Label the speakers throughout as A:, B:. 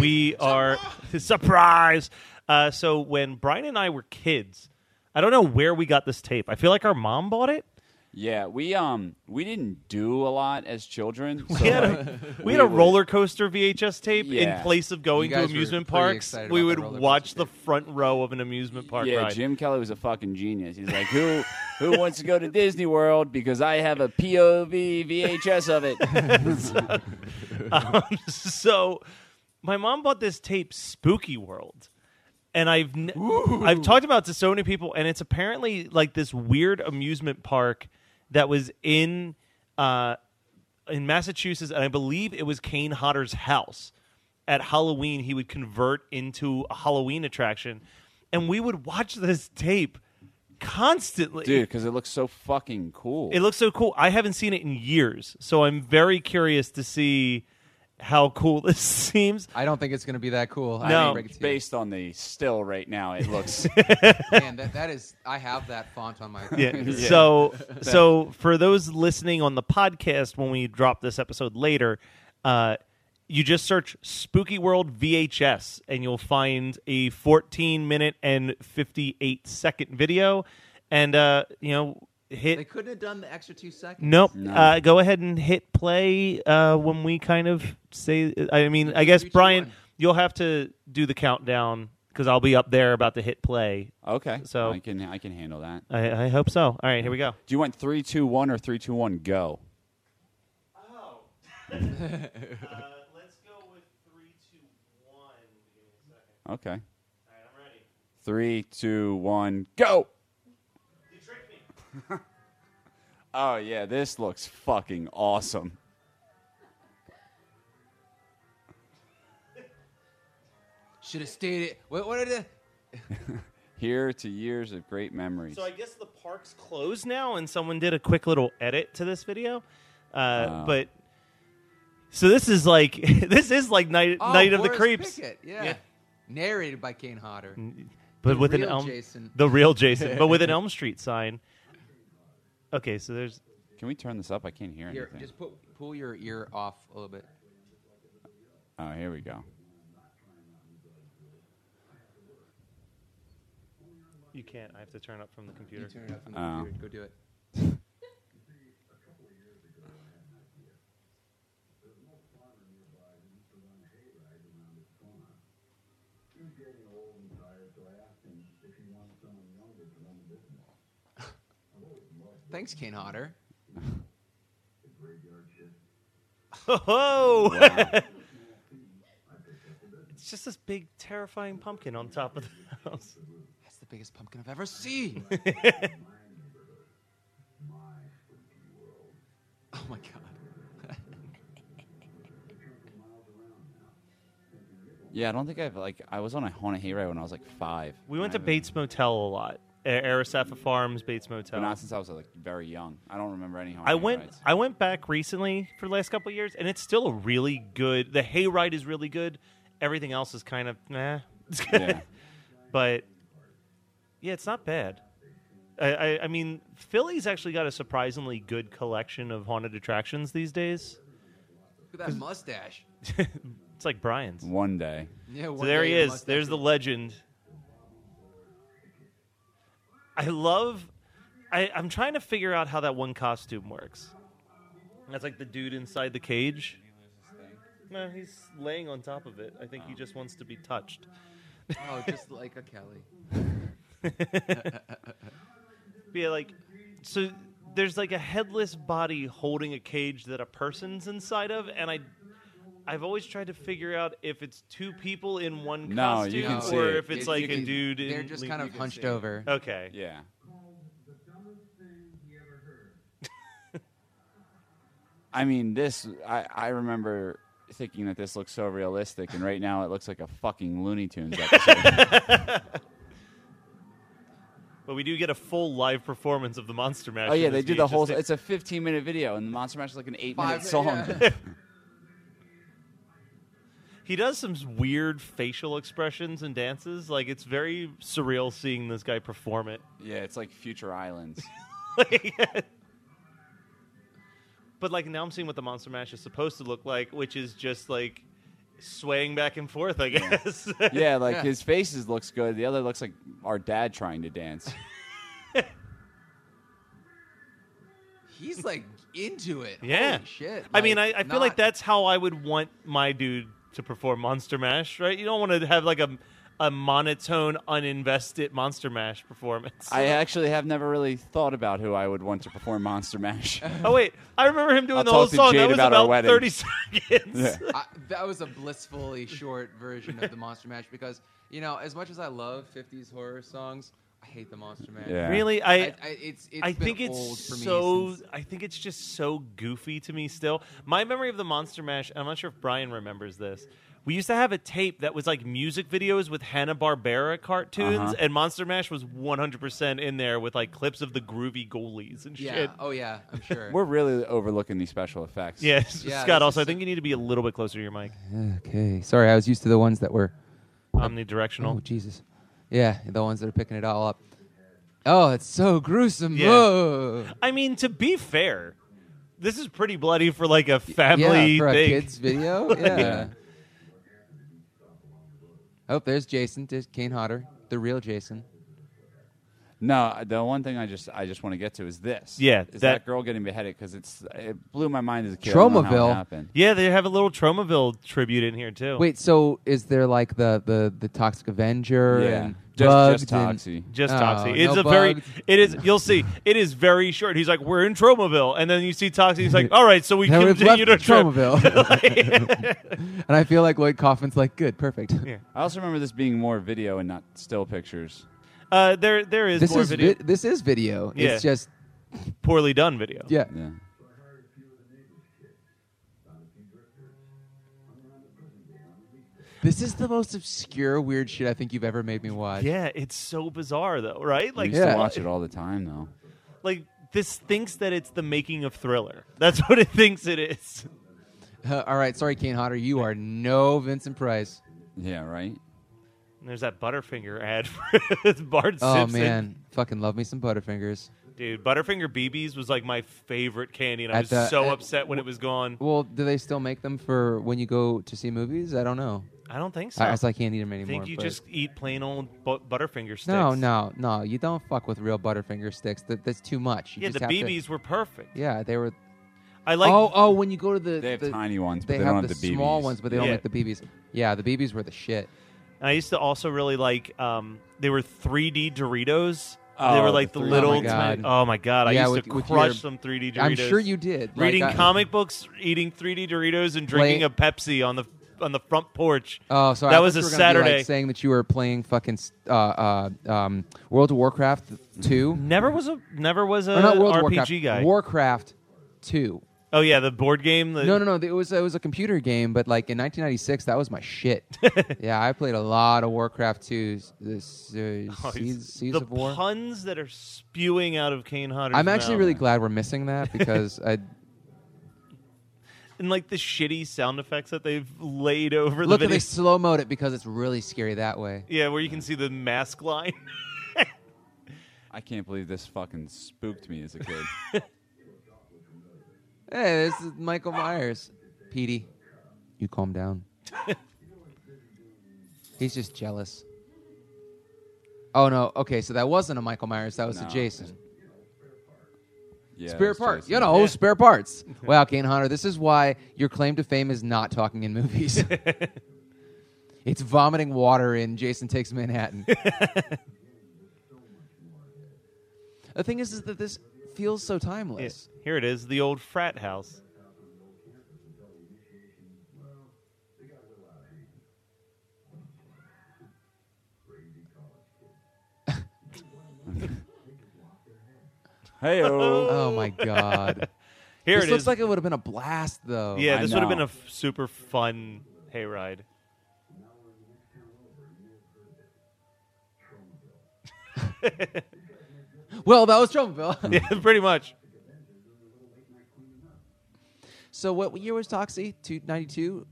A: We are surprise. Uh, so when Brian and I were kids, I don't know where we got this tape. I feel like our mom bought it.
B: Yeah, we um we didn't do a lot as children.
A: We had a, we had a roller coaster VHS tape
B: Yeah.
A: in place of going
C: You
A: to
C: guys were
A: amusement
C: pretty
A: parks.
C: excited
A: We
C: about
A: would
C: the roller
A: watch
C: coaster
A: the front row of an amusement park
B: yeah,
A: ride.
B: Jim Kelly was a fucking genius. He's like, who who wants to go to Disney World because I have a POV VHS of it.
A: Um, so my mom bought this tape, Spooky World, and I've n- I've talked about it to so many people, and it's apparently like this weird amusement park that was in uh, in Massachusetts, and I believe it was Kane Hodder's house. At Halloween, he would convert into a Halloween attraction, and we would watch this tape constantly.
B: Dude, because it looks so fucking cool.
A: It looks so cool. I haven't seen it in years, so I'm very curious to see how cool this seems.
C: I don't think it's going to be that cool. I
A: No.
C: hate to break it to you.
B: based on the still right now, it looks
C: Man, that, that is. I have that font on my.
A: Yeah. So, so for those listening on the podcast, when we drop this episode later, uh, you just search "Spooky World VHS" and you'll find a 14 minute and 58 second video, and uh, you know hit.
C: They couldn't have done the extra two seconds.
A: Nope. Uh, go ahead and hit play uh, when we kind of say. I mean, I guess
C: Three, two,
A: Brian,
C: one.
A: you'll have to do the countdown because I'll be up there about to hit play.
B: okay.
A: So-
B: I can I can handle that.
A: I, I hope so. All right, here we go.
B: Do you want three, two, one, or three, two, one, go?
A: Uh, Let's go with three, two, one.
B: Okay. Three, two, one, go. oh yeah, this looks fucking awesome.
C: Should have stayed. It. What, what did it?
B: Here to years of great memories.
A: So I guess the park's closed now, and someone did a quick little edit to this video, uh, but. So this is like this is like night
C: Oh,
A: night of the
C: Horace
A: creeps,
C: Pickett, Yeah.
A: Yeah. Mm,
C: Narrated by Kane Hodder.
A: but with an
C: real
A: elm,
C: Jason.
A: the real Jason, but with an Elm Street sign. Okay, so there's
B: can we turn this up? I can't hear
C: Here,
B: anything.
C: just put, pull your ear off a little bit.
B: Oh, here we go.
A: you can't. I have to turn up from the computer.
C: Turn it up from the
A: Um,
B: Oh.
C: computer. Go do it. Thanks, Kane Hodder.
A: Oh, it's just this big terrifying pumpkin on top of the house.
C: That's the biggest pumpkin I've ever seen. oh my god.
B: Yeah, I don't think I've like I was on a haunted hayride when I was like five.
A: We went to
B: And I haven't-
A: Bates Motel a lot. A- Arasapa Farms, Bates
B: but
A: Motel.
B: not since I was like very young. I don't remember any haunted
A: I went
B: hayrides.
A: I went back recently for the last couple of years, and it's still a really good. The hayride is really good. Everything else is kind of nah.
B: yeah.
A: but yeah, it's not bad. I, I, I mean, Philly's actually got a surprisingly good collection of haunted attractions these days.
C: Look at that mustache.
A: It's like Brian's.
B: One day.
C: Yeah,
A: So there he is. There's the legend. I love. I, I'm trying to figure out how that one costume works. That's like the dude inside the cage. No, he's laying on top of it. I think he just wants to be touched.
C: oh, just like a Kelly.
A: But yeah, like so. There's like a headless body holding a cage that a person's inside of, and I, I've always tried to figure out if it's two people in one
B: No,
A: costume
B: you can see
A: or
B: it.
A: if it's
B: You
A: like a
C: can-
A: dude.
C: They're
A: in
C: just
A: le-
C: kind of hunched over.
A: okay.
B: Yeah. I mean, this. I, I remember thinking that this looks so realistic, and right now it looks like a fucking Looney Tunes episode.
A: But we do get a full live performance of the Monster Mash.
B: oh yeah,
A: in
B: they
A: this
B: do the
A: VHS
B: whole.
A: tape.
B: It's a 15 minute video, and the Monster Mash is like an eight minute
C: Five-
B: song.
C: yeah.
A: he does some weird facial expressions and dances. Like it's very surreal seeing this guy perform it.
B: yeah, it's like Future Islands.
A: But like now I'm seeing what the Monster Mash is supposed to look like, which is just like swaying back and forth. I guess.
B: Yeah, like his faces looks good. The other looks like our dad trying to dance.
C: He's like into it.
A: Yeah.
C: Holy shit.
A: I mean, I, I feel like
C: not-
A: that's how I would want my dude to perform Monster Mash, right? You don't want to have like a a monotone, uninvested Monster Mash performance.
B: I actually have never really thought about who I would want to perform Monster Mash.
A: oh wait, I remember him doing
B: I'll
A: the whole
B: talk to
A: song.
B: Jade
A: that was
B: about
A: about,
B: our wedding.
A: thirty seconds.
B: Yeah.
C: I, that was a blissfully short version of the Monster Mash because, you know, as much as I love 50s horror songs, I hate the Monster Mash.
B: Yeah.
A: Really, I,
C: I, I, it's, it's
A: I
C: been
A: think
C: old
A: it's
C: for me
A: so.
C: since-
A: I think it's just so goofy to me still. My memory of the Monster Mash. I'm not sure if Brian remembers this. We used to have a tape that was like music videos with Hanna Barbera cartoons,
B: Uh-huh.
A: and Monster Mash was 100 percent in there with like clips of the groovy goalies and
C: yeah.
A: shit.
C: Oh, yeah. I'm sure.
B: We're really overlooking these special effects.
A: Yes,
C: Yeah,
A: Scott.
C: this
A: Also, I
C: is
A: think you need to be a little bit closer to your mic.
C: okay. Sorry, I was used to the ones that were.
A: Omnidirectional.
C: Oh, Jesus. Yeah, the ones that are picking it all up. Oh, it's so gruesome.
A: Yeah.
C: Whoa.
A: I mean, to be fair, this is pretty bloody for like a family
C: yeah, for
A: thing.
C: a kids video. yeah. Oh, there's Jason, there's Kane Hodder, the real Jason.
B: No, the one thing I just I just want to get to is this.
A: Yeah,
B: is that,
A: that-
B: girl getting beheaded? Because it's it blew my mind as a kid. I don't know how it
C: Tromaville.
B: happened.
A: Yeah, they have a little Tromaville tribute in here too.
C: Wait, so is there like the the, the Toxic Avenger
B: Yeah,
C: and
B: just just
C: Bugged and-
B: Toxie.
A: Just
C: Oh,
A: Toxie.
C: no
A: It's a very.
C: bugs.
A: It is. You'll see. It is very short. He's like, "We're in Tromaville," and then you see Toxie. He's like, "All right, so we
C: Now we've
A: continue to
C: left
A: Trom-
C: Tromaville. and I feel like Lloyd Coffin's like, good, perfect.
A: Yeah.
B: I also remember this being more video and not still pictures.
A: Uh, there, there is
C: This
A: more
C: is
A: video.
C: vi- this is video.
A: Yeah.
C: It's just
A: poorly done video.
C: yeah.
B: Yeah.
C: This is the most obscure weird shit I think you've ever made me watch.
A: Yeah, it's so bizarre though, right?
B: I
A: Like,
B: used
C: Yeah.
B: to watch it all the time though.
A: like this thinks that it's the making of Thriller. That's what it thinks it is.
C: all right, sorry Kane Hodder, you are no Vincent Price.
B: Yeah, right.
A: And there's that Butterfinger ad for Bart
C: Oh
A: Simpson.
C: man, fucking love me some Butterfingers.
A: dude, Butterfinger BBs was like my favorite candy, and I
C: At
A: was
C: the-
A: so
C: at-
A: upset when it was gone.
C: Well, do they still make them for when you go to see movies? I don't know.
A: I don't think so.
C: I, I guess I can't eat them anymore.
A: I think you
C: but-
A: just eat plain old bu- Butterfinger sticks.
C: no, no, no. You don't fuck with real Butterfinger sticks. That, that's too much. You
A: Yeah,
C: just
A: the
C: have to-
A: BBs were perfect.
C: yeah, they were.
A: I like.
C: oh, oh, when you go to the
B: They have
C: the-
B: tiny ones, but
C: they
B: they
C: have
B: don't
C: the,
B: have the
C: small
B: BBs.
C: ones, but they don't
A: Yeah.
C: make the BBs. Yeah, the BBs were the shit.
A: I used to also really like. Um, they were 3D Doritos. they
B: Oh,
A: were like the,
B: the 3D.
A: little.
C: Oh, my
A: tiny-
C: God.
A: oh my god! I
C: Yeah,
A: used
C: with-
A: to
C: with
A: crush
C: your-
A: some 3D Doritos.
C: I'm sure you did. Like,
A: reading
C: I-
A: comic books, eating 3D Doritos, and drinking
C: Play-
A: a Pepsi on the on the front porch.
C: Oh, sorry. I
A: That
C: thought
A: was
C: you
A: a
C: were gonna be, like,
A: Saturday.
C: saying that you were playing fucking uh, uh, um, World of Warcraft two.
A: never was a never was a
C: Or not World of
A: RPG
C: Warcraft.
A: guy.
C: Warcraft two.
A: Oh yeah, the board game. The,
C: No, no, no. It was it was a computer game, but like in 1996, that was my shit. yeah, I played a lot of Warcraft 2, this uh,
A: Oh,
C: Seas,
A: he's-
C: Seas
A: the
C: of War.
A: puns that are spewing out of Kane Hodder's
C: I'm actually
A: mouth.
C: really glad we're missing that because I
A: and like the shitty sound effects that they've laid over
C: look
A: the
C: at
A: video.
C: they slow mode it because it's really scary that way.
A: Yeah, where you can see the mask line.
B: I can't believe this fucking spooked me as a kid.
C: Hey, this is Michael Myers, Petey. You calm down. He's just jealous. Oh no. Okay, so that wasn't a Michael Myers. That was a
B: No.
C: Jason.
B: Yeah, it
C: spare
B: was
C: parts.
B: Jason.
C: You know, spare parts. Wow, Kane Hunter, this is why your claim to fame is not talking in movies. it's vomiting water in Jason Takes Manhattan. the thing is, is that this feels so
A: Yeah,
C: timeless.
A: Here it is, the old frat house.
B: Hey,
C: Oh my god!
A: Here
C: this
A: it
C: looks
A: is.
C: like it would have been a blast, though.
A: yeah,
B: I
A: this would have been a
B: know.
A: f- super fun hayride.
C: Well, that was Trumville.
A: Yeah, pretty much.
C: so what year was Toxie? Two ninety two.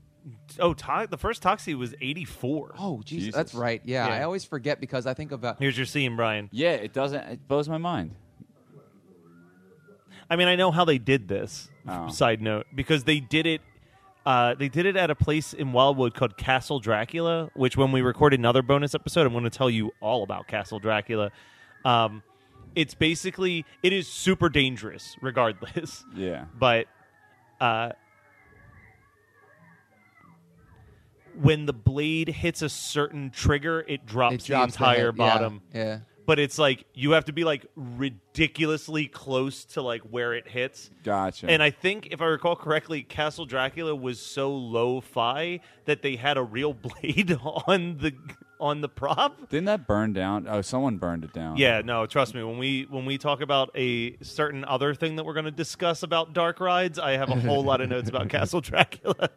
A: Oh, to- the first Toxie was 84.
C: Oh, Jesus,
B: Jesus.
C: that's right. Yeah,
A: Yeah.
C: I always forget because I think about.
A: Here's your scene, Brian.
B: yeah, it doesn't. It blows my mind.
A: I mean, I know how they did this.
B: Oh.
A: Side note, because they did it. Uh, they did it at a place in Wildwood called Castle Dracula, which when we record another bonus episode, I'm going to tell you all about Castle Dracula. Um, it's basically it is super dangerous, regardless.
B: Yeah.
A: But uh, when the blade hits a certain trigger, it drops,
C: It drops
A: the entire
C: head. Yeah,
A: bottom
C: yeah.
A: but it's like you have to be like ridiculously close to like where it hits.
B: Gotcha.
A: And I think if I recall correctly, Castle Dracula was so lo-fi that they had a real blade on the on the prop.
B: Didn't that burn down? Oh, someone burned it down.
A: Yeah, no, trust me. When we when we talk about a certain other thing that we're going to discuss about dark rides, I have a whole lot of notes about Castle Dracula.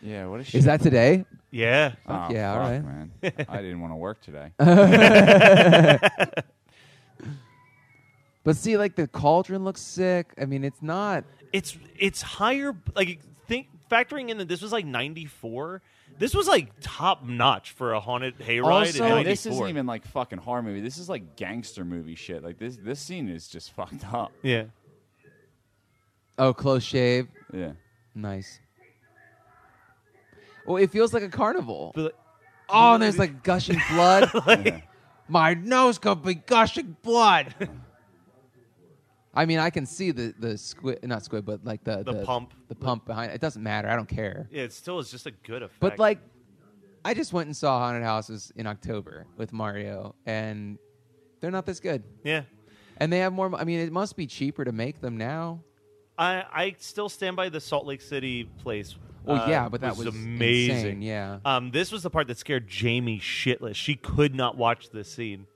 B: Yeah. What a shit.
C: Is that today?
A: Yeah.
B: Oh,
C: Yeah, all
B: fuck,
C: right.
B: man. I didn't want to work today.
C: But see, like the cauldron looks sick. I mean, it's not.
A: it's it's higher like think factoring in that this was like 94 this was like top notch for a haunted hayride in
B: also,
A: 94
B: this isn't even like fucking horror movie. This is like gangster movie shit. Like this, this scene is just fucked up.
A: yeah
C: Oh, close shave.
B: Yeah.
C: Nice. Well, it feels like a carnival.
A: but,
C: Oh, and there's like gushing blood. My nose could be gushing blood. I mean, I can see the the squid, not squid, but like the
A: The pump.
C: the pump behind. It doesn't matter. I don't care.
A: yeah it still is just a good effect
C: But like, I just went and saw haunted houses in October with Mario, and they're not this good.
A: yeah
C: And they have more. I mean, it must be cheaper to make them now.
A: I, I still stand by the Salt Lake City place.
C: Well,
A: uh,
C: yeah, but that was
A: amazing.
C: insane, yeah.
A: Um, this was the part that scared Jamie shitless. She could not watch this scene.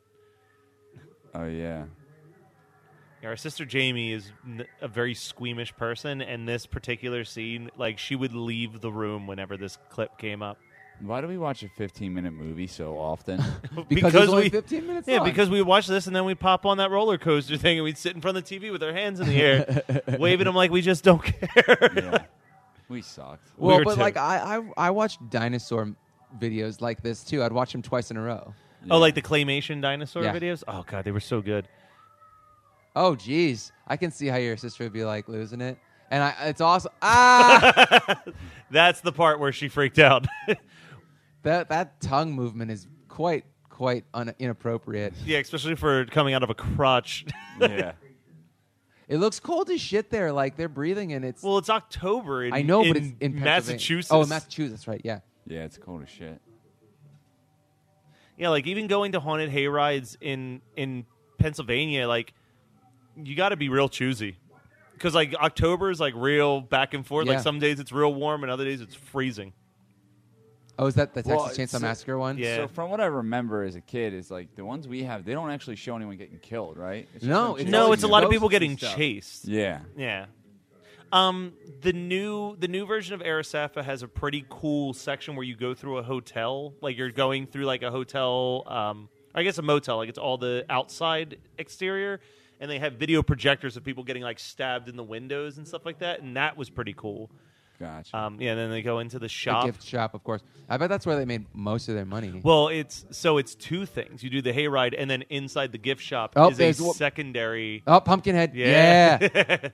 B: Oh yeah.
A: Yeah, Our sister Jamie is n- a very squeamish person, and this particular scene, like, she would leave the room whenever this clip came up.
B: Why do we watch a 15 minute movie so often?
C: Because it was only 15 minutes
A: Yeah,
C: long.
A: because we watch this and then we pop on that roller coaster thing and we'd sit in front of the TV with our hands in the air, waving them like we just don't care.
B: yeah. We sucked.
A: We
C: Well,
A: were
C: but
A: too.
C: like I, I I watched dinosaur videos like this too. I'd watch them twice in a row.
A: Oh, like the claymation dinosaur
C: Yeah.
A: videos? Oh god, they were so good.
C: Oh, geez, I can see how your sister would be like losing it, and I it's awesome. Ah,
A: That's the part where she freaked out.
C: that that tongue movement is quite quite un- inappropriate.
A: yeah, especially for coming out of a crotch.
B: Yeah.
C: It looks cold as shit there. Like they're breathing, and it's
A: well, it's October in
C: I know,
A: in
C: but it's in Pennsylvania.
A: Massachusetts.
C: Oh, in Massachusetts, right? Yeah.
B: Yeah. It's cold as shit.
A: Yeah, like even going to haunted hayrides in in Pennsylvania, like you got to be real choosy. Cuz like October is like real back and forth.
C: Yeah.
A: Like some days it's real warm and other days it's freezing.
C: Oh, is that the Texas
B: Well, it's-
C: Chainsaw Massacre one?
A: uh, Yeah.
B: So from what I remember as a kid, is like the ones we have, they don't actually show anyone getting killed, right? It's just
C: No,
B: them
C: it's
B: chasing
A: No,
C: always
A: it's a
B: you.
A: lot of
C: ghosts
A: people
C: and
A: getting
C: stuff.
A: chased.
B: Yeah.
A: Yeah. Um, the new the new version of Arisapha has a pretty cool section where you go through a hotel, like you're going through like a hotel, um, I guess a motel, like it's all the outside exterior, and they have video projectors of people getting like stabbed in the windows and stuff like that, and that was pretty cool.
B: Gotcha.
A: Um, yeah, and then they go into the
C: The
A: shop.
C: gift shop, of course. I bet that's where they made most of their money.
A: Well, it's so it's two things. You do the hayride, and then inside the gift shop
C: Oh,
A: is a
C: there's one-
A: secondary.
C: oh, Pumpkinhead.
A: Yeah.
C: Yeah.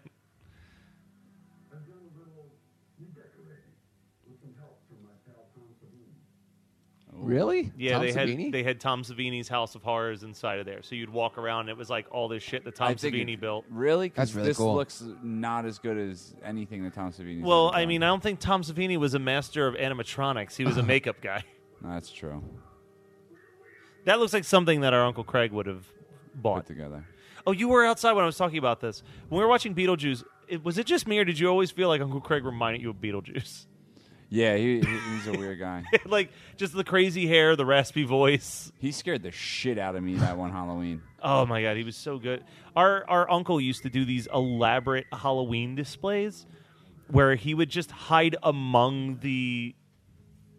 C: really?
A: Yeah,
C: Tom
A: they
C: Savini?
A: had they had Tom Savini's House of Horrors inside of there. So you'd walk around, and it was like all this shit that Tom
B: I think
A: Savini
B: it-
A: built.
B: Really? 'Cause
C: That's really
B: this
C: cool.
B: looks not as good as anything that Tom Savini.
A: Well, I mean, I don't think Tom Savini was a master of animatronics. He was a makeup guy.
B: that's true.
A: That looks like something that our uncle Craig would have
B: Put
A: bought.
B: together.
A: Oh, you were outside when I was talking about this. When we were watching Beetlejuice, it, was it just me, or did you always feel like Uncle Craig reminded you of Beetlejuice?
B: Yeah, he, he- he's a weird guy.
A: like just the crazy hair, the raspy voice.
B: He scared the shit out of me that one Halloween.
A: Oh my god, he was so good. Our our uncle used to do these elaborate Halloween displays where he would just hide among the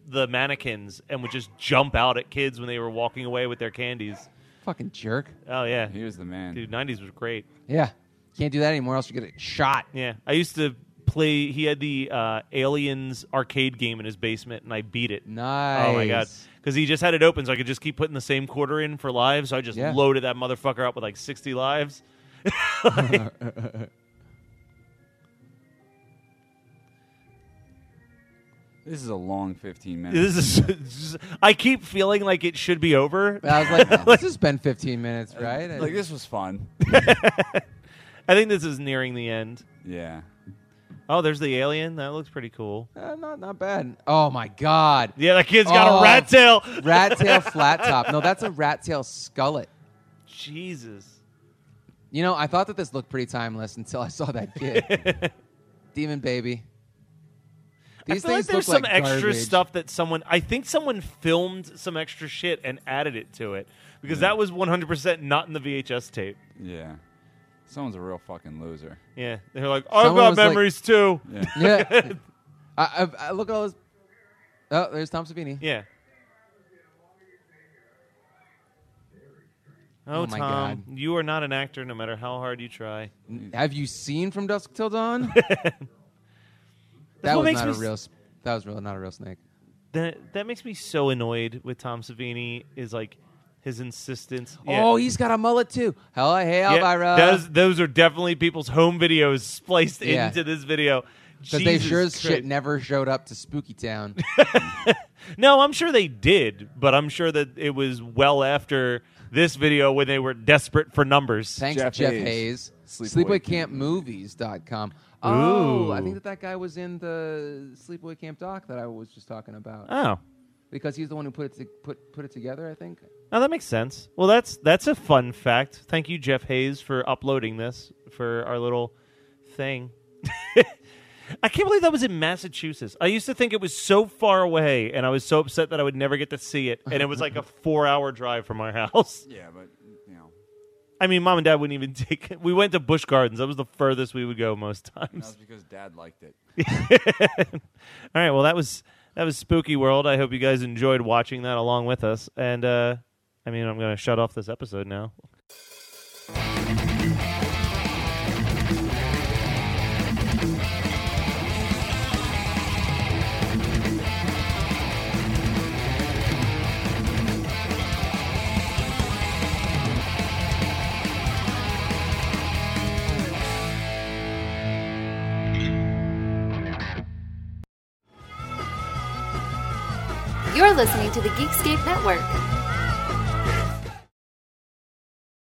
A: the mannequins and would just jump out at kids when they were walking away with their candies.
C: Fucking jerk.
A: Oh yeah.
B: He was the man.
A: Dude, 90s was great.
C: Yeah. Can't do that anymore, else you get shot.
A: Yeah. I used to play he had the uh, Aliens arcade game in his basement and I beat it.
C: Nice.
A: Oh my god. Cuz he just had it open so I could just keep putting the same quarter in for lives. So I just
C: Yeah.
A: loaded that motherfucker up with like 60 lives.
B: This is a long 15 minutes.
A: This is. I keep feeling like it should be over.
C: I was like, this has been 15 minutes, right?
B: Like this was fun.
A: I think this is nearing the end.
B: yeah.
A: Oh, there's the alien. That looks pretty cool.
C: Uh, not not bad. Oh my god.
A: Yeah, that kid's got a
C: Oh.
A: rat tail.
C: Rat tail flat top. No, that's a rat tail skullet.
A: Jesus.
C: You know, I thought that this looked pretty timeless until I saw that kid. Demon baby. These
A: I feel like
C: things
A: there's
C: look
A: some
C: like
A: extra
C: garbage.
A: stuff that someone. I think someone filmed some extra shit and added it to it because that was 100 percent not in the VHS tape.
B: Yeah. Someone's a real fucking loser.
A: Yeah, they're like, I've
C: Someone
A: got
C: was like-
A: memories too.
B: Yeah.
C: Yeah. I, I, I look at all those. Oh, there's Tom Savini.
A: Yeah. Oh,
C: Oh my
A: Tom, you are not an actor, no matter how hard you try.
C: Have you seen From Dusk Till Dawn?
A: That's
C: that
A: what
C: was
A: makes
C: not
A: me
C: a
A: s-
C: real. s- That was real, not a real snake.
A: that that makes me so annoyed with Tom Savini is like his insistence.
C: Oh, he's got a mullet too. Hello, hey,
A: Yeah,
C: Elvira.
A: Those those are definitely people's home videos spliced
C: Yeah.
A: into this video.
C: Because they
A: Jesus
C: sure as shit
A: Christ.
C: never showed up to Spooky Town.
A: No, I'm sure they did, but I'm sure that it was well after this video when they were desperate for numbers.
C: Thanks,
B: Jeff
C: Jeff,
B: Hayes.
C: Hayes.
B: Sleepaway
C: Sleepaway
B: Camp
C: Camp Movies.com. Oh, I think that that guy was in the Sleepaway Camp doc that I was just talking about
A: oh.
C: because he's the one who put it to, put put it together. I think.
A: Oh, that makes sense. Well, that's that's a fun fact. Thank you, Jeff Hayes, for uploading this for our little thing. I can't believe that was in Massachusetts. I used to think it was so far away, and I was so upset that I would never get to see it. And it was like a four-hour drive from our house.
B: Yeah, but you know,
A: I mean, mom and dad wouldn't even take. it. We went to Busch Gardens. That was the furthest we would go most
B: that was
A: times.
B: because Dad liked it.
A: All right. Well, that was that was Spooky World. I hope you guys enjoyed watching that along with us. And uh, I mean, I'm going to shut off this episode now.
D: You're listening to the Geekscape Network.